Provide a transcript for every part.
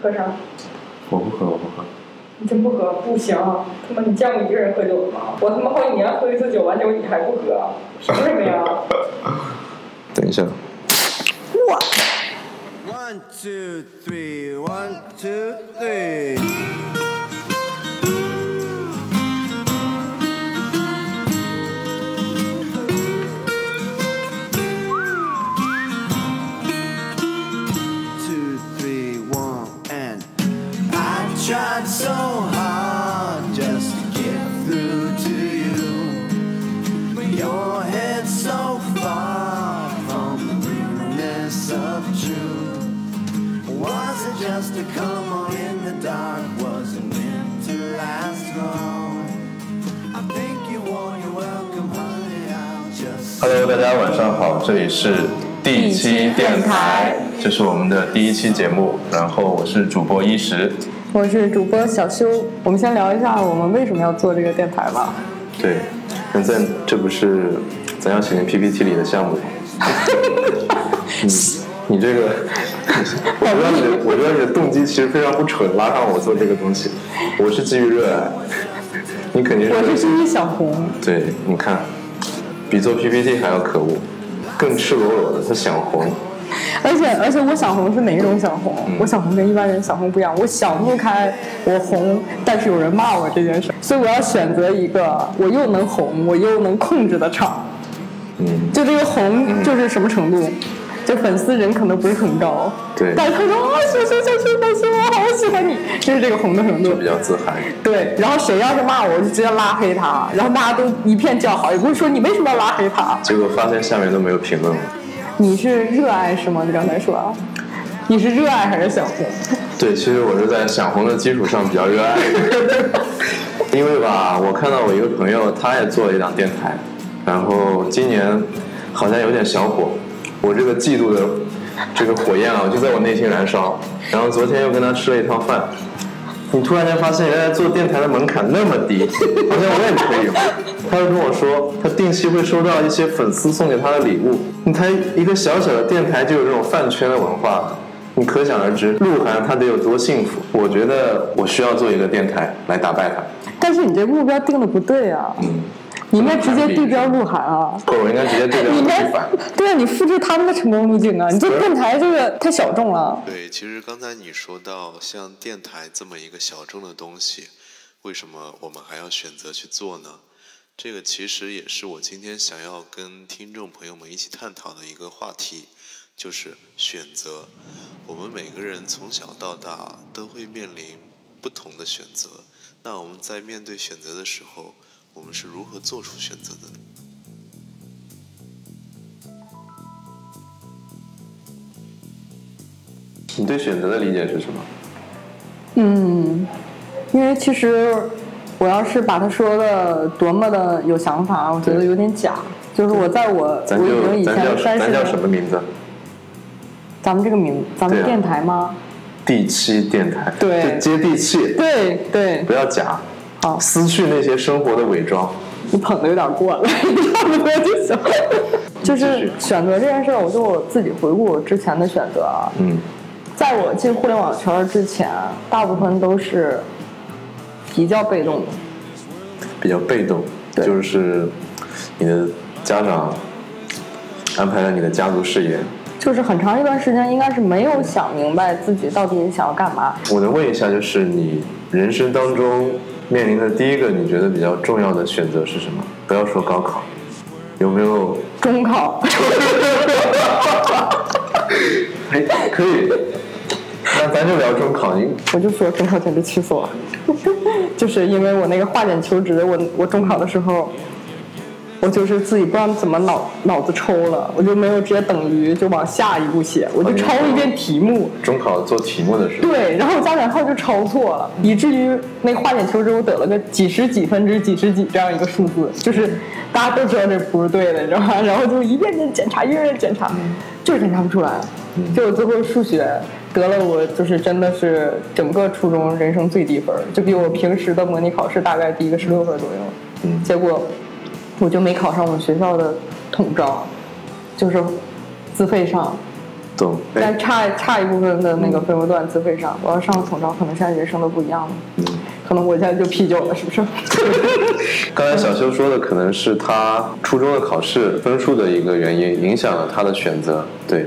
喝啥？我不喝，我不喝。你真不喝？不行！他妈，你见过一个人喝酒的吗？我他妈好几年喝一次酒，完酒你还不喝，凭什么呀？等一下， One, two, three, one, two, three. 2, 3, 1, and I tried so hard just to get through to you. But your head's so far from the realness of truth. Was it just a come on in the dark? Was it meant to last long? I think you won your welcome, honey. I'll just Hello，大家晚上好，这里是第七电台，这是我们的第一期节目，然后我是主播一石，我是主播小修，我们先聊一下我们为什么要做这个电台吧。对，现在这不是咱要写进 PPT 里的项 目吗？你你这个， 我知道你的，我知道你的动机其实非常不纯，拉上我做这个东西，我是基于热爱，你肯定是我是新一小红，对，你看，比做 PPT 还要可恶，更赤裸裸的他想红，而且而且我想红是哪一种想红？我想红跟一般人想红不一样，我想不开，我红，但是有人骂我这件事，所以我要选择一个我又能红，我又能控制的场。嗯，就这个红就是什么程度？就粉丝人可能不是很高，对但是他说啊，小修小修小修，我好喜欢你，就是这个红的程度就。比较自嗨。对，然后谁要是骂我，我就直接拉黑他，然后大家都一片叫好，也不会说你为什么要拉黑他。结果发现下面都没有评论了。你是热爱是吗？你刚才说，你是热爱还是想红？对，其实我是在想红的基础上比较热爱， 因为吧，我看到我一个朋友，他也做了一档电台，然后今年好像有点小火，我这个嫉妒的这个火焰啊，就在我内心燃烧。然后昨天又跟他吃了一趟饭，你突然间发现原来做电台的门槛那么低，好像我也可以。他就跟我说，他定期会收到一些粉丝送给他的礼物。你他一个小小的电台就有这种饭圈的文化了，你可想而知鹿晗他得有多幸福。我觉得我需要做一个电台来打败他，但是你这目标定的不对啊，你应该直接对标鹿晗啊。不，我应该直接对着你应该去反。对啊，你复制他们的成功路径啊！你这电台这个太小众了。对，其实刚才你说到像电台这么一个小众的东西，为什么我们还要选择去做呢？这个其实也是我今天想要跟听众朋友们一起探讨的一个话题，就是选择。我们每个人从小到大都会面临不同的选择，那我们在面对选择的时候，我们是如何做出选择的呢？你对选择的理解是什么？因为其实我要是把他说的多么的有想法，我觉得有点假。就是我在我我咱已经就以咱前叫三十咱叫年什么名字？咱们这个名，咱对们啊电台吗？第七电台，对就接地气，对对，不要假，好，撕去那些生活的伪装。你捧的有点过了，差不多就行。 就是选择这件事儿，我就我自己回顾我之前的选择啊，嗯，在我进互联网圈儿之前，大部分都是比较被动的，比较被动，对就是你的家长安排了你的家族事业。就是很长一段时间应该是没有想明白自己到底想要干嘛。我能问一下，就是你人生当中面临的第一个你觉得比较重要的选择是什么？不要说高考，有没有？中考，哎，可以，那咱就聊中考。你我就说中考简直气死我了， 就是因为我那个化检求职，我我中考的时候，我就是自己不知道怎么脑脑子抽了，我就没有直接等于就往下一步写，我就抄了一遍题目，中考做题目的时候，对，然后加减号就抄错了，以至于那化检求职我得了个几十几分之几十几这样一个数字，就是大家都知道这不是对的，你知道吗？ 然后就一遍遍检查，一遍遍检查，就是检查不出来，就我最后数学。得了，我就是真的是整个初中人生最低分儿，就比我平时的模拟考试大概低个十六分左右。嗯结果我就没考上我们学校的统招，就是自费上，懂。哎但，差差一部分的那个分母段自费上，我要上统招，可能现在人生都不一样了。嗯，可能我现在就啤酒了，是 不是？刚才小修说的可能是他初中的考试分数的一个原因，影响了他的选择。对，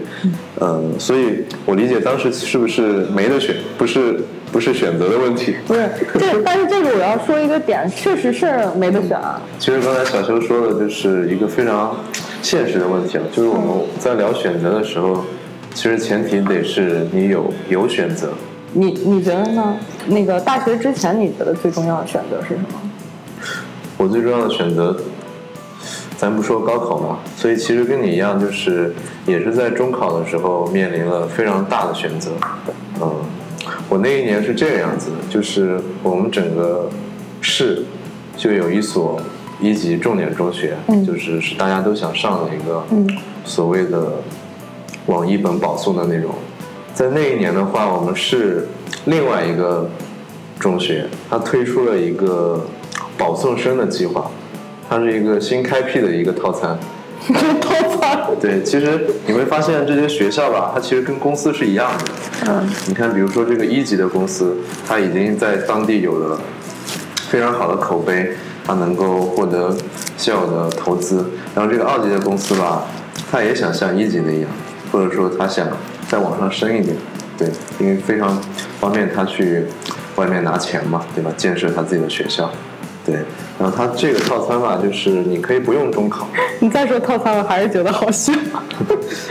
嗯，所以我理解当时是不是没得选，不是不是选择的问题。 不是，这但是这个我要说一个点，确实是没得选啊。其实刚才小修说的就是一个非常现实的问题啊，就是我们在聊选择的时候，其实前提得是你有有选择。你你觉得呢？那个大学之前，你觉得最重要的选择是什么？我最重要的选择，咱不说高考嘛，所以其实跟你一样，就是也是在中考的时候面临了非常大的选择。嗯，我那一年是这个样子的，就是我们整个市就有一所一级重点中学，就是是大家都想上的一个所谓的往一本保送的那种。在那一年的话，我们是另外一个中学，它推出了一个保送生的计划，它是一个新开辟的一个套餐。对，其实你会发现这些学校吧，它其实跟公司是一样的。嗯，你看，比如说这个一级的公司，它已经在当地有了非常好的口碑，它能够获得校友的投资。然后这个二级的公司吧，它也想像一级那样，或者说它想再往上升一点，对，因为非常方便它去外面拿钱嘛，对吧？建设它自己的学校，对。然后它这个套餐吧，就是你可以不用中考，你再说套餐，我还是觉得好笑。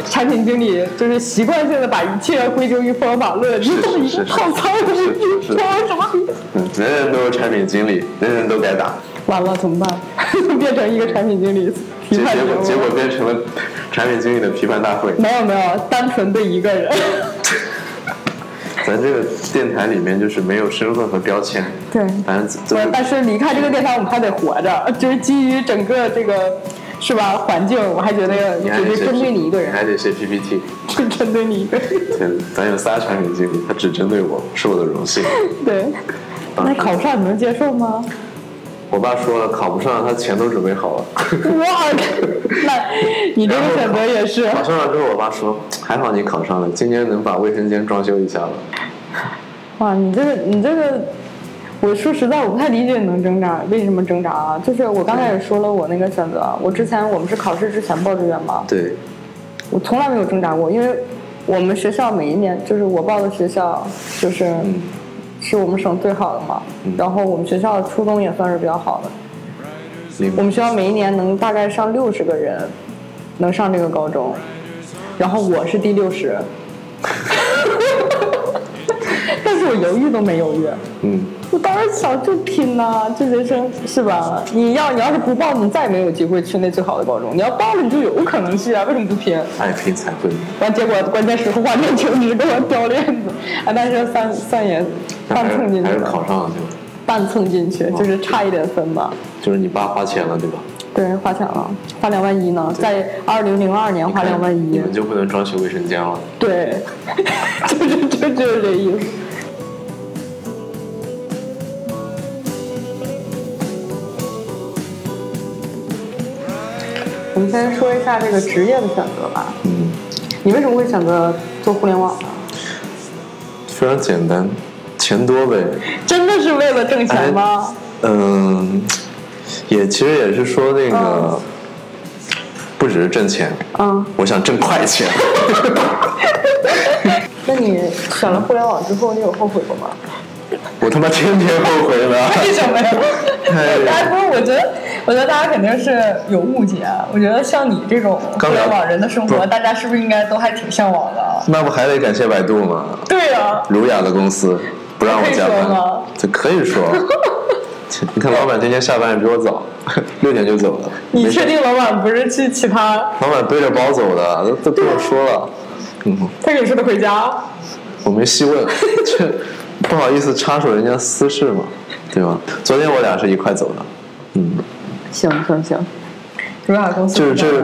产品经理就是习惯性的把一切归咎于方法论， 你怎么一个套餐我是是是你装啥？嗯，人人都是产品经理，人人都该打。 完了怎么办？ 变成一个产品经理批结判结人果物结果变成了产品经理的批判大会。没有没有，单纯对一 个人。咱这个电台里面就是没有身份和标签，对反正不就是是，但是离开这个电台，我们还得活着，就是基于整个这个是吧环境，我还觉得你还只得是写针 P- 对你一个人你，还得写 PPT。只 针对你一个人。 对，咱有仨产品经理，他只针对我，是我的荣 幸。啊对，那考不上你能接受吗？ 我爸说了，考不上他钱都准备好 了。哇，那你这个选择也是考上了之后，我爸说还好你考上了，今年能把卫生间装修一下了。哇，你这个你这个，我说实在我不太理解你能挣扎，为什么挣扎啊？就是我刚才也说了我那个选择，我之前我们是考试之前报志愿嘛，对，我从来没有挣扎过，因为我们学校每一年就是我报的学校就是、嗯是我们省最好的嘛，然后我们学校的初中也算是比较好的，明我白。们学校每一年能大概上六十个人，能上这个高中，然后我是第六十， 但是我犹豫都没犹豫，嗯，我当时想就拼呐、这人生是吧？你要你要是不报，你再也没有机会去那最好的高中；你要报了，你就有可能去啊，为什么不拼？爱拼才会赢。完结果关键时候换成求职，给我掉链子，啊，但是算算也那半还蹭是进去还是了，考上了就，半蹭进去就是差一点分吧。就是你爸花钱了，对吧？对，花钱了，花两万一呢，在二零零二年花两万你一，们就不能装修卫生间了？对， 就是就就是这意思。我们先说一下这个职业的选择吧。嗯，你为什么会选择做互联网呢？非常简单，钱多 呗。真的是为了挣哎钱吗？嗯，也其实也是说那个，不只是挣钱，嗯，我想挣快钱。 那你选了互联网之后，你有后悔过吗？我他妈天天后悔 了。为什么呀？哎大家不是，我觉得，我觉得大家肯定是有误解。啊我觉得像你这种互刚聊联网人的生不活，是大家是不是应该都还挺向往的？啊那不还得感谢百度吗？对啊呀、儒雅的公司不让我加可以说班吗，这可以说。 你看，老板今天下班也比我早， 六点就走了。你没事确定老板不是去其他？老板背着包走的，都都跟我说了。嗯，他给你说的回家？我没细问， 这不好意思插手人家私事嘛，对吧？昨天我俩是一块走的，嗯，行行行，儒雅公司就是这个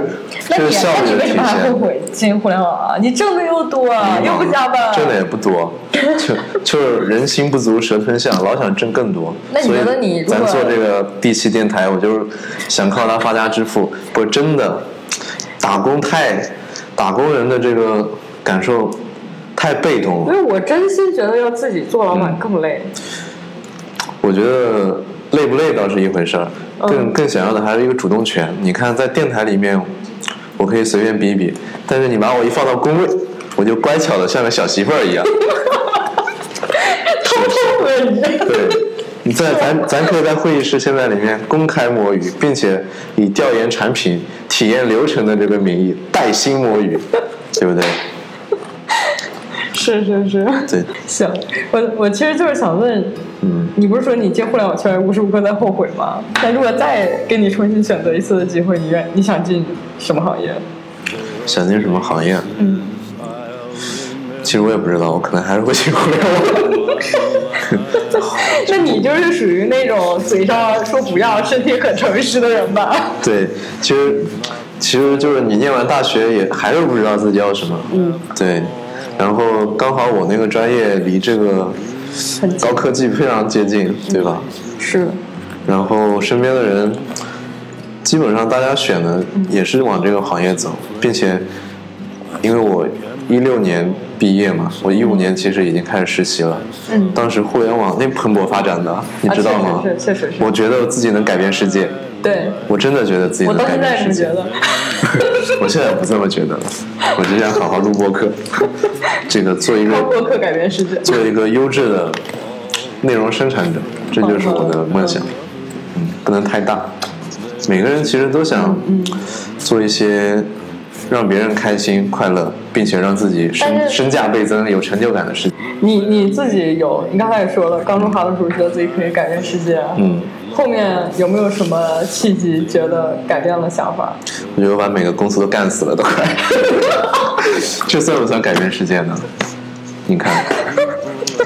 那这你个效那率的体你为什么还后现。悔进互联网啊？你挣的又多，啊又不加班，嗯挣的也不多，就就是人心不足蛇吞象，老想挣更多。那你所以觉得你如咱果做这个第七电台，我就是想靠它发家致富。不，真的，打工太打工人的这个感受太被动因为了。我真心觉得要自己做老板嗯更累。我觉得累不累倒是一回事儿，更更想要的还是一个主动权。你看，在电台里面，我可以随便比一比，但是你把我一放到工位，我就乖巧的像个小媳妇儿一样。对，你在咱咱可以在会议室现在里面公开摸鱼，并且以调研产品、体验流程的这个名义带薪摸鱼，对不对？ 是是是，对，行，我我其实就是想问，嗯，你不是说你进互联网圈无时无刻在后悔吗？那如果再给你重新选择一次的机会，你愿你想进什么行业？ 想进什么行业？嗯，其实我也不知道，我可能还是会去互联网。那你就是属于那种嘴上说不要，身体很诚实的人吧？对，其实其实就是你念完大学也还是不知道自己要什么。嗯，对。然后刚好我那个专业离这个高科技非常接近，对吧？是，然后身边的人基本上大家选的嗯也是往这个行业走，并且因为我一六年毕业嘛，我一五年其实已经开始实习了。嗯，当时互联网那蓬勃发展的，你知道吗？是啊确实是，我觉得自己能改变世界， 对我真的觉得自己我能到改现变在也世不觉界。得。我现在不这么觉得了，我只想好好录 播客，这个做一个靠 播客改变世界。做一个优质的内容生产者，这就是我的梦想。嗯，不能太大。每个人其实都想嗯做一些让别人开心、快乐，并且让自己身但是身价倍增、有成就感的事情。你你自己有，你刚才也说了，刚入行的时候觉得自己可以改变世界，嗯，后面有没有什么契机觉得改变了想法？我觉得我把每个公司都干死了都快， 这算不算改变世界呢？你看，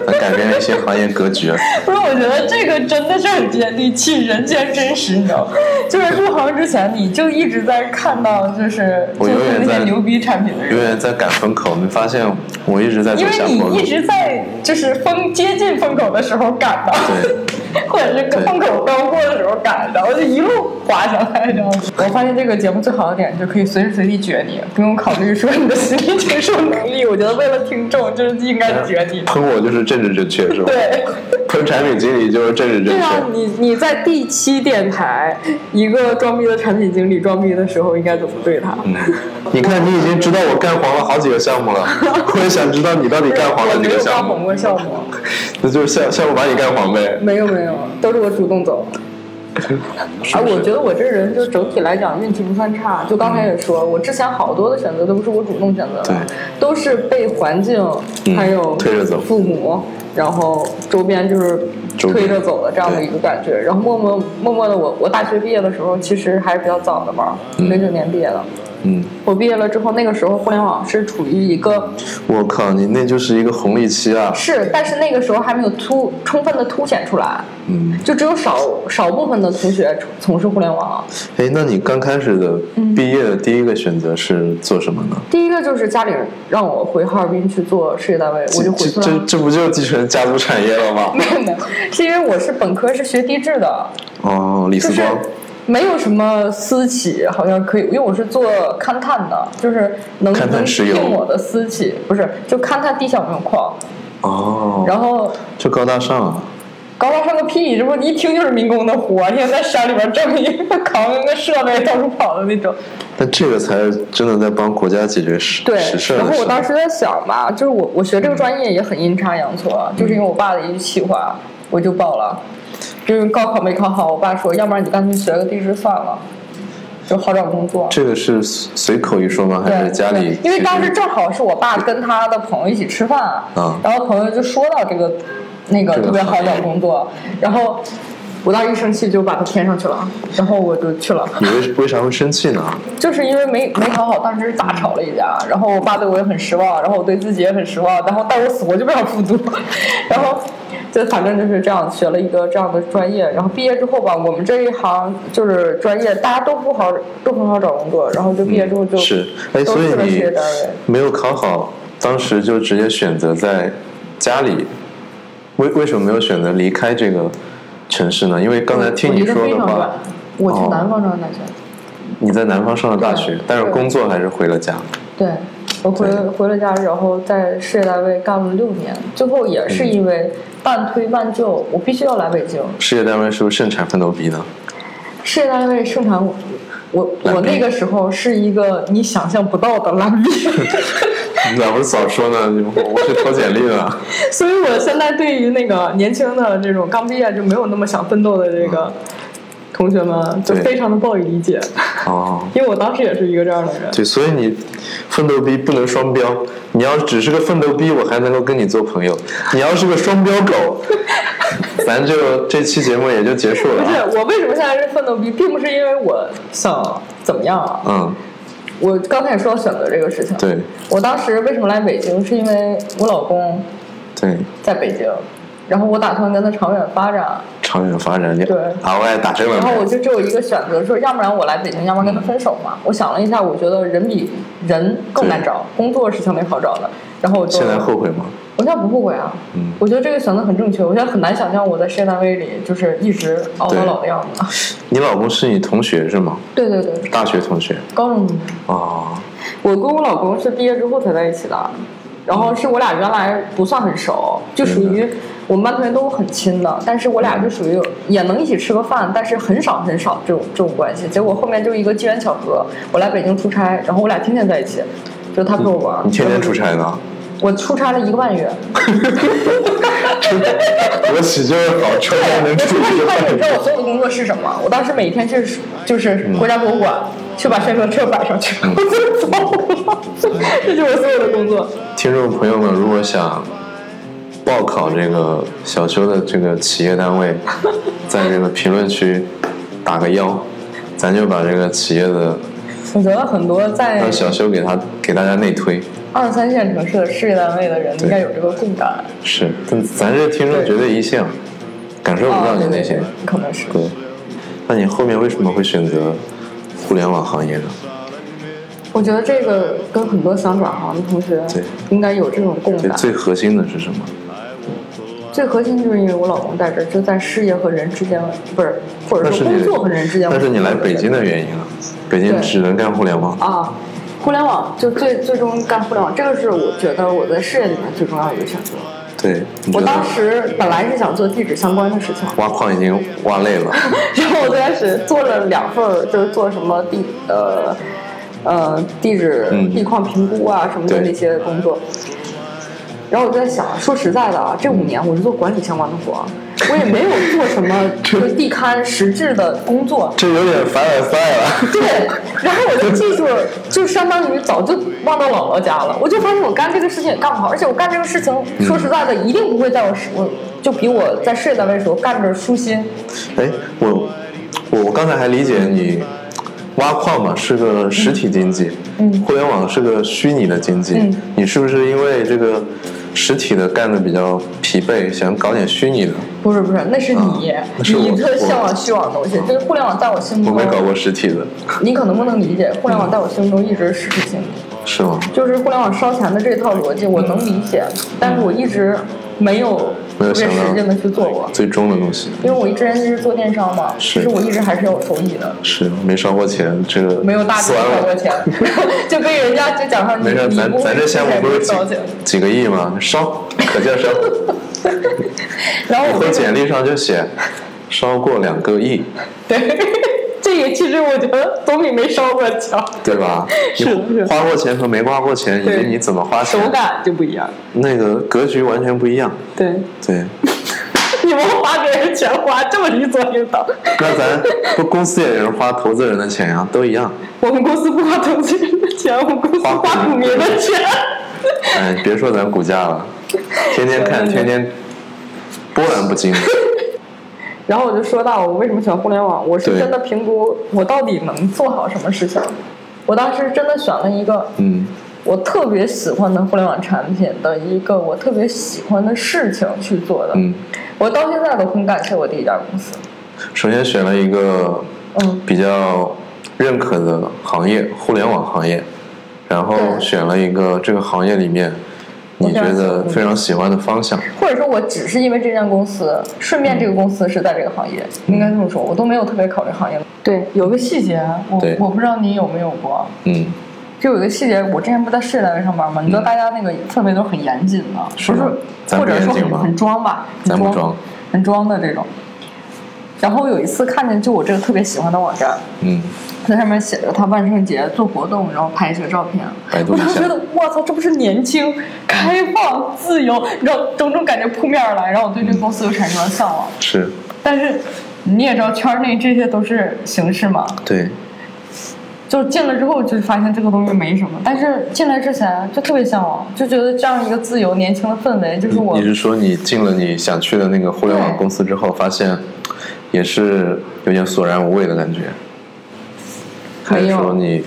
改变一些行业格局。啊不是，我觉得这个真的是很接地气，人间真实，你知道吗？就是入行之前，你就一直在看到，就是我做永出远那些在牛逼产品的永人，远在赶风口，你发现我一直在走因为下坡你路一。直在就是风接近风口的时候赶到， 或者是对风口刚过的时候赶到，就一路滑下来这样子。我发现这个节目最好的点就可以随时随地撅你，不用考虑说你的心理承受能力。我觉得为了听众，就是应该撅你。喷我就是政治正确是吧？对。喷产品经理就是政治正对啊，确。你你在第七电台，一个装逼的产品经理装逼的时候，应该怎么对他？嗯，你看，你已经知道我干黄了好几个项目了，我也想知道你到底干黄了啊几我没个有项干黄目，嗯过项目，那就是项项目把你干黄呗。没有没有，都是我主动走。啊，我觉得我这人就整体来讲运气不算差，就刚才也说，我之前好多的选择都不是我主动选择对的，都是被环境嗯还有推着走父母，然后周边就是周边推着走的这样的一个感觉。然后默默默默的我，我大学毕业的时候其实还是比较早的嘛，零九年毕业的。嗯，我毕业了之后，那个时候互联网是处于一个我靠，你那就是一个红利期啊。是，但是那个时候还没有突充分的凸显出来，嗯，就只有少少部分的同学从从事互联网。哎，那你刚开始的嗯毕业的第一个选择是做什么呢？第一个就是家里人让我回哈尔滨去做事业单位，我这就回这去这了。这不就是继承家族产业了吗？ 没有没有，是因为我是本科是学地质的，哦，李就四是光，没有什么私企，好像可以，因为我是做勘探的，就是能勘探能石油定我的私企，不是就勘探地下煤矿，哦，然后这高大上啊。高大上个屁！这不一听就是民工的活，天天在山里边挣一个扛个设备到处跑的那种。但这个才是真的在帮国家解决实对实事，儿然的后事我当儿。时在想吧，就是我我学这个专业也很阴差阳错，就是因为我爸的一句气话，我就报了。就是高考没考好，我爸说，要不然你干脆学个地质算了，就好找工作。这个是随随口一说吗？还对，是家里对？因为当时这正好是我爸跟他的朋友一起吃饭，啊嗯然后朋友就说到这个那个这个特别好行业找工作，然后我当时一生气就把他填上去了，然后我就 去了，你为为啥会生气呢？就是因为没没考好，当时大吵了一架，然后我爸对我也很失望，然后我对自己也很失望，然后但我死活就不想复读， 然后。就反正就是这样，学了一个这样的专业，然后毕业之后吧，我们这一行就是专业，大家都不好，都很好找工作，然后就毕业之后就、是，哎，都所以去了事你业单位。没有考好，当时就直接选择在家里，为为什么没有选择离开这个城市呢？因为刚才听你说嗯我离得非的常远话，我去哦南方上的大学，你在南方上了大学对，但是对工作还是回了家。对，我回回了家，然后在事业单位干了六年，最后也嗯是因为半推半就，我必须要来北京。事业单位是不是盛产奋斗逼呢？ 事业单位盛产我，我我那个时候是一个你想象不到的烂 逼，你咋不早说呢？我我去投简历了。所以我现在对于那个年轻的这种刚毕业就没有那么想奋斗的这个同学们，就嗯对非常的不好以理解，哦，因为我当时也是一个这样的人。 对，所以你奋斗逼不能双标。你要只是个奋斗逼，我还能够跟你做朋友；你要是个双标狗，咱就这期节目也就结束了不啊。是我为什么现在是奋斗逼，并不是因为我想怎么样啊，嗯，我刚才也说到选择这个事情，对我当时为什么来北京，是因为我老公对，在北京，然后我打算跟他长远发展，长远发展，你对 ROI 打正了然后我没？就只有一个选择，说要不然我来北京，要不然跟他分手嘛。我想了一下，我觉得人比人更难找，工作是相对好找的。然后我就现在后悔吗？我现在不后悔啊，嗯我觉得这个选择很正确。我现在很难想象我在事业单位里就是一直熬到对老的样子。你老公是你同学是吗？对对对，大学同学高中同学哦，我跟我老公是毕业之后才在一起的，然后是我俩原来不算很熟，就属于我们班同学都很亲的，但是我俩就属于也能一起吃个饭，但是很少很少这种这种关系。结果后面就一个机缘巧合，我来北京出差，然后我俩天天在一起，就他陪我玩。嗯你天天出？差呢？我出差了一个半月，我喜就是好，抽烟能我出出差去一个半月，你知道换嗯 我做的工作是什么？我当时每天去就是国家博物馆去把宣传册摆上去，我就走了， 这就是我所有的工作。听众朋友们，如果想报考这个小修的这个企业单 位，在这个评论区打个幺，咱就把这个企业的我觉得很多在让小修给他给大家内推。二三线城市的事业单位的人应该有这个共感。是，但咱这听众绝对一线，感受不到啊你那些。可能是对，那你后面为什么会选择互联网行业呢？我觉得这个跟很多想转行的同学对应该有这种共对，感。最核心的是什么？最核心就是因为我老公在这儿，就在事业和人之间，不是或者但是说你工作和人之间。但是你来北京的原因啊，北京对只能干互联网。啊，互联网就最最终干互联网，这个是我觉得我在事业里面最重要的一个选择。对，你觉我得当时本来是想做地址相关的事情，挖矿已经挖累了。然后我最开始做了两份儿，就是做什么地呃呃地质嗯地矿评估啊什么的对那些工作。然后我就在想，说实在的啊，这五年我是做管理相关的活儿，我也没有做 什么就是地勘实质的工作。这有点凡尔赛了。对，然后我就记住，就相当于早就忘到姥姥家了。我就发现我干这个事情也干不好，而且我干这个事情，嗯说实在的，一定不会在我事，我就比我在事业单位的时候干着舒心。哎，我我我刚才还理解你挖矿嘛是个实体经济，嗯，互联网是个虚拟的经济，嗯你是不是因为这个实体的干的比较疲惫，想搞点虚拟的？不是不是，那是你，啊那是我你特我向往虚妄的东西。就是互联网在我心我中，没搞过实体的，你可能不能理解，互联网在我心中一直是实体经济，是吗？就是互联网烧钱的这套逻辑我能理解，但是我一直没有嗯没特有想别到使劲的去做过，最终的东西因为我之前一直做电商嘛，其是实我一直还是有收益的。是没烧过钱，这个没有大死几完百我 块钱，就被人家就讲上你没事，你咱不咱这项目不不是烧钱，几几个亿吗？烧，可劲儿 烧。然后以我后就简历上就写烧过两个亿，对， 这个其实我觉得总比没烧过强，对吧？你是是花过钱和没花过钱，以对及你怎么花钱手，感就不一样。那个格局完全不一样。对，对，你们花别人钱花这么理所应当，那咱不公司也有人花投资人的钱呀、都一样。我们公司不花投资人的钱，我们公司花股民的钱。哎，别说咱股价了，天天看，天天波澜不惊。然后我就说到我为什么选互联网，我是对真的评估我到底能做好什么事情。我当时真的选了一个嗯，我特别喜欢的互联网产品的一个我特别喜欢的事情去做的。嗯，我到现在都很感谢我第一家公司。首先选了一个嗯比较认可的行业，互联网行业，然后对选了一个这个行业里面你觉得非常喜欢的方向。或者说我只是因为这家公司，顺便这个公司是在这个行业，应该这么说，我都没有特别考虑行业。对，有个细节，我对我不知道你有没有过，嗯，就有一个细节，我之前不在事业单位上班嘛，你知道大家那个氛围都是很严谨的，不吗是嗯咱或不者说严谨很吗很装吧，很咱不装，装很装的这种。然后有一次看见就我这个特别喜欢的网站，嗯，在上面写着他万圣节做活动，然后拍一些照片。百度我一当时觉下得，我操，这不是年轻、开放、自由，你知道种种感觉扑面而来，然后我对这个公司又产生了向往。是但是你也知道，圈内这些都是形式嘛，对，就进了之后就发现这个东西没什么，但是进来之前就特别向往，就觉得这样一个自由、年轻的氛围，就是你我你是说你进了你想去的那个互联网对公司之后，发现也是有点索然无味的感觉，还是没有说你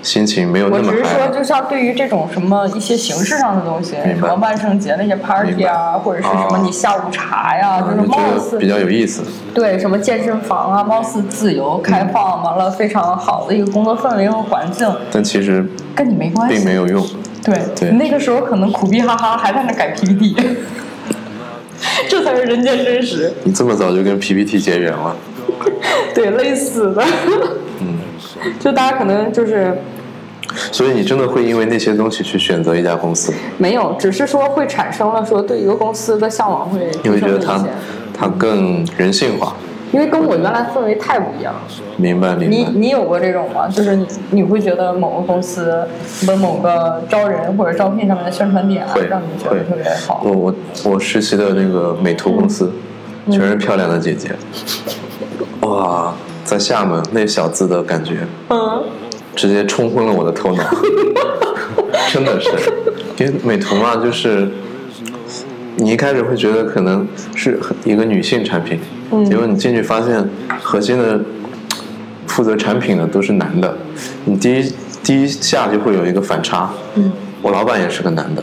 心情没有我那么只是嗨说，了？就像对于这种什么一些形式上的东西，白什么万圣节那些 party 啊，或者是什么啊你下午茶呀、啊，就是你觉貌得似比较有意思？对什么健身房啊，貌似自嗯由开放，完了非常好的一个工作氛围和环境，但其实跟你没关并系。没有用。对，对那个时候可能苦逼哈哈还在那改 PPT，这才是人间真实。你这么早就跟 PPT 结缘了，对，类似的。嗯 就大家可能就是所以你真的会因为那些东西去选择一家公司，没有，只是说会产生了说对一个公司的向往会因提为觉升得一它些，它更人性化。因为跟我原来氛围太不一样。明白明你白。你有过这种吗？就是你你会觉得某个公司不是某个招人或者招聘上面的宣传点啊会，让你觉会得特别好我？我我实习的那个美图公司，嗯全是漂亮的姐姐，哇，在厦门那小资的感觉，嗯，直接冲昏了我的头 脑，真的是，因为美图嘛，就是你一开始会觉得可能是一个女性产品，结果你进去发现核心的负责产品的都是男的，你第一第一下就会有一个反差。我老板也是个男的，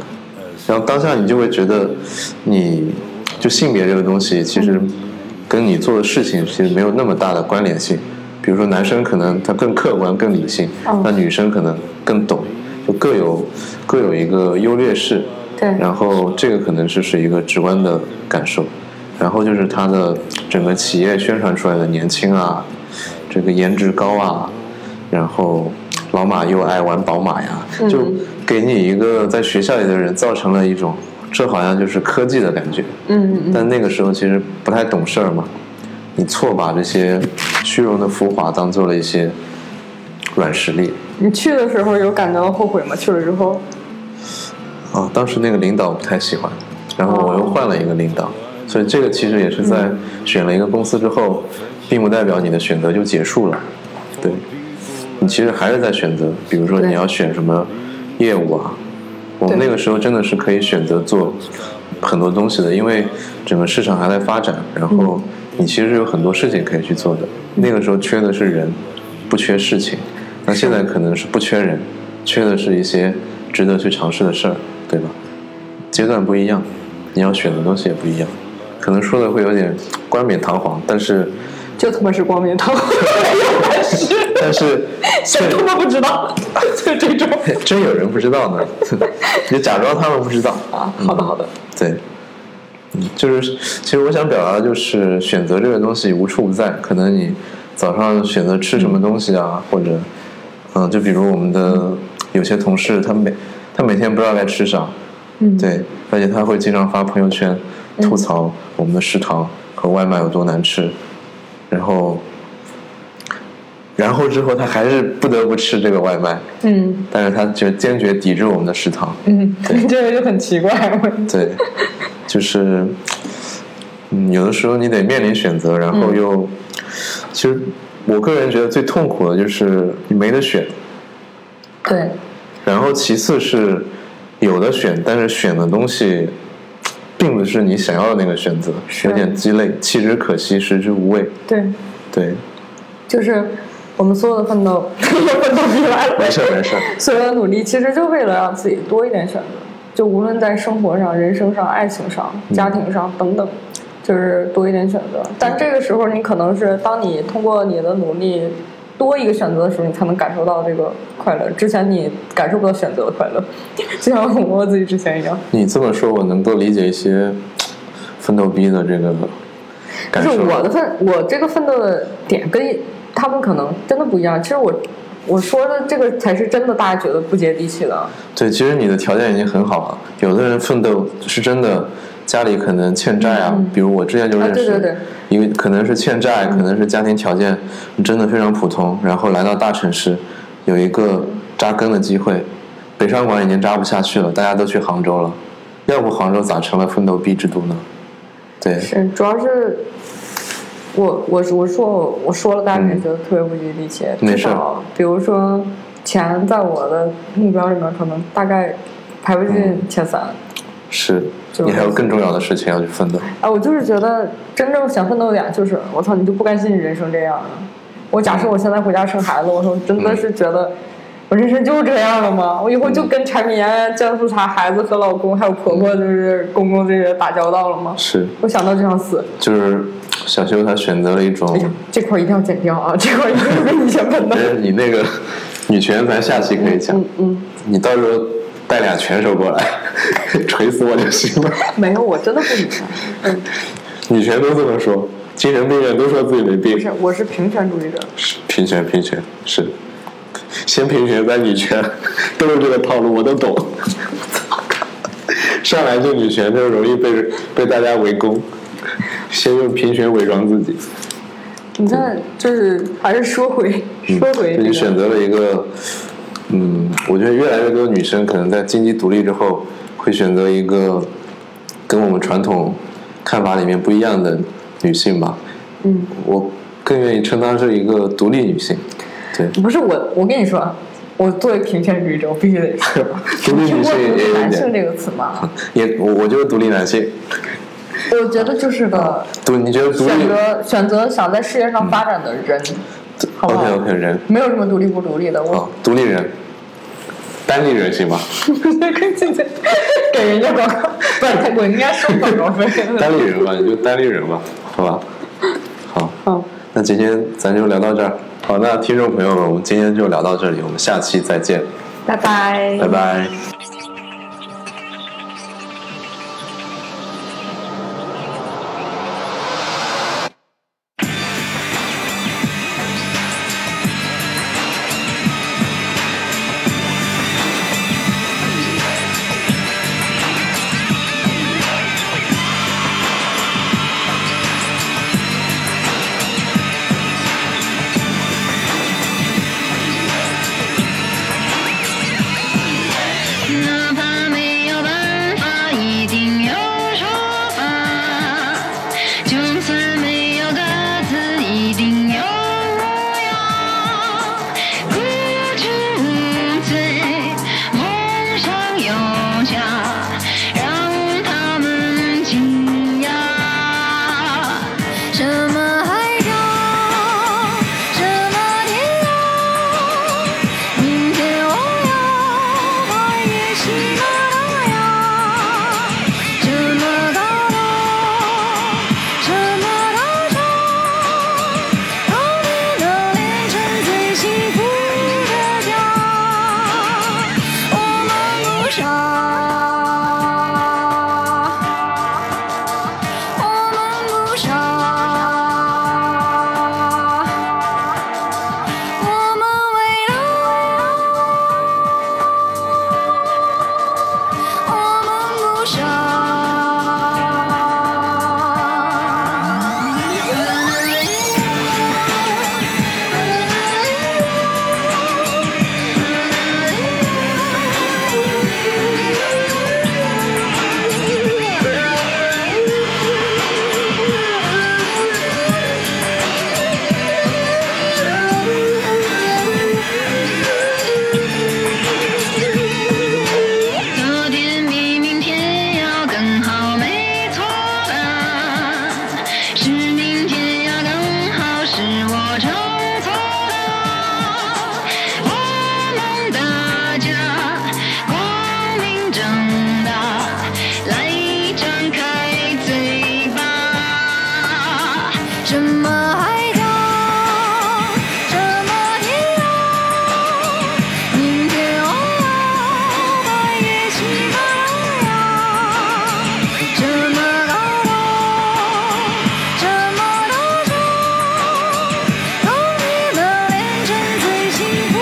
然后当下你就会觉得你就性别这个东西其实跟你做的事情其实没有那么大的关联性。比如说男生可能他更客观、更理性，那女生可能更懂，就各有各有一个优劣势。对然后这个可能是是一个直观的感受，然后就是它的整个企业宣传出来的年轻啊，这个颜值高啊，然后老马又爱玩宝马呀，嗯就给你一个在学校里的人造成了一种这好像就是科技的感觉，嗯嗯但那个时候其实不太懂事儿嘛，你错把这些虚荣的浮华当做了一些软实力你去的时候有感到后悔吗？去了之后，啊。当时那个领导不太喜欢，然后我又换了一个领导，所以这个其实也是在选了一个公司之后，并不代表你的选择就结束了，对，你其实还是在选择，比如说你要选什么业务啊。我们那个时候真的是可以选择做很多东西的，因为整个市场还在发展，然后你其实有很多事情可以去做的。那个时候缺的是人，不缺事情。那现在可能是不缺人，缺的是一些值得去尝试的事儿，对吧？阶段不一样，你要选的东西也不一样。可能说的会有点冠冕堂皇，但是就他妈是光 明堂，但是谁他妈不知道，就这种。 真有人不知道呢， 你假装他们不知道。啊好的，好的，对，嗯，就是其实我想表达的就是选择这个东西无处不在，可能你早上选择吃什么东西啊，或者嗯、就比如我们的嗯有些同事，他每他每天不知道该吃啥，嗯，对，而且他会经常发朋友圈嗯吐槽我们的食堂和外卖有多难吃，然后。然后之后，他还是不得不吃这个外卖，嗯，但是他就坚决抵制我们的食 堂，嗯这个就很奇怪。我对，就是，嗯，有的时候你得面临选择，然后又，其实我个人觉得最痛苦的就是你没得选，对，然后其次是有的选，但是选的东西并不是你想要的那个选择，有点鸡肋，弃之可惜，食之无味。对，对，就是我们所有的奋斗， 奋斗逼来了。没事儿没事儿，所有的努力其实就为了让自己多一点选择，就无论在生活上、人生上、爱情上、家庭上等等，就是多一点选择。嗯但这个时候，你可能是当你通过你的努力多一个选择的时候，你才能感受到这个快乐。之前你感受不到选择的快乐， 就像我自己之前一样。你这么说，我能够理解一些奋斗逼的这个感就是受。我的奋，我这个奋斗的点跟他们可能真的不一样。其实我我说的这个才是真的，大家觉得不接地气的。对，其实你的条件已经很好了。有的人奋斗是真的，家里可能欠债啊，比如我之前就认识，嗯啊对对对嗯因为可能是欠债，可能是家庭条件真的非常普通，然后来到大城市，有一个扎根的机会。北上广已经扎不下去了，大家都去杭州了，要不杭州咋成了奋斗必之都呢？对，是，主要是我我我说我我说了，大家也觉得特别不接地气。嗯没至事少比如说钱在我的目标里面，可能大概排不进嗯前三。是就你还有是更重要的事情要去奋斗。哎，我就是觉得真正想奋斗一点，就是我操，你就不甘心你人生这样了。我假设我现在回家生孩子，我说真的嗯是觉得我人生就是这样了吗？我以后就跟柴米油盐酱醋茶、孩子和老公还有婆婆就是公公这些打交道了吗？是，我想到就想死。就是小修他选择了一种，哎呀，这块儿一定要剪掉啊！这块儿一定要跟以前奋斗 但。是你那个女拳，咱下期可以讲。嗯，你到时候带俩拳手过来，锤死我就行了。没有，我真的不理他。嗯，女拳都这么说，精神病院都说自己没不病是。，我是平权主义者。是平权，平权是，先平权再女权，都是这个套路，我都懂。上来就女权，就容易被被大家围攻。先用平权伪装自己，你看，就是还是说回说回你这个，嗯选择了一个，嗯，我觉得越来越多女生可能在经济独立之后，会选择一个跟我们传统看法里面不一样的女性吧。嗯，我更愿意称她是一个独立女性。对，不是我，我跟你说，啊我作为平权主义者，我必须得说， 独立听女过性“独也立有一男性”点，这个词吗？也我我就是独立男性。我觉得就是个独你觉得啊独立嗯选择选择想在事业上发展的人，好不好？OK OK 人没有什么独立不独立的。啊、 我独立人，单立人行吧？ 给人家广告，不是我应该收广告 费。单立人吧，你就单立人吧，好吧？好，好，那今天咱就聊到这儿。好，那听众朋友们，我们今天就聊到这里，我们下期再见，拜拜拜。拜。哪怕没有办法，一定有说法；就算没有歌词，一定有模样。孤注无罪，梦想有家，让他们惊讶。什么海角，什么天涯。明天我要跨越喜马拉雅，什么高楼，什么大厦，逃离了连城最幸福的家，我们不傻，我们不傻。我们为了我，我们不傻。昨天比明天要更好，没错吧？是明天要更好，是我唱错了。我们大家光明正大，来张开嘴巴。什么海角，什么天涯。明天我要跨越喜马拉雅，什么高楼，什么大厦，都离了连城最幸福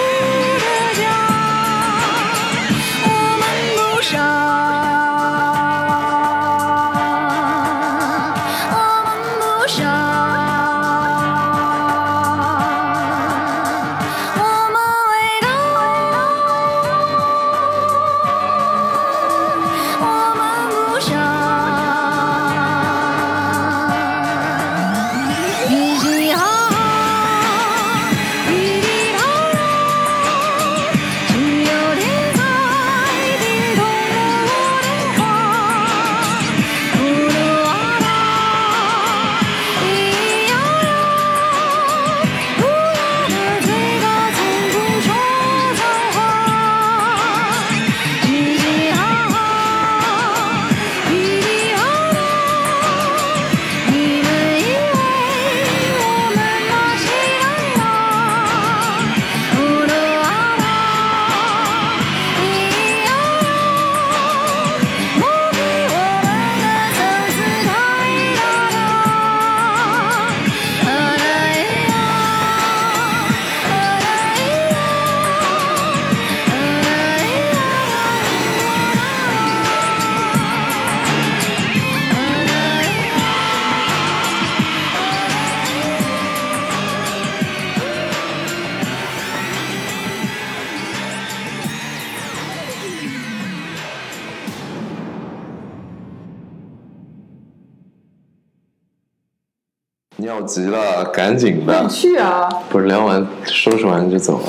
尿急了，赶紧的你。去啊！不是聊完收拾完就走了。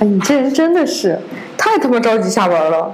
哎，你这人真的是太他妈着急下班了。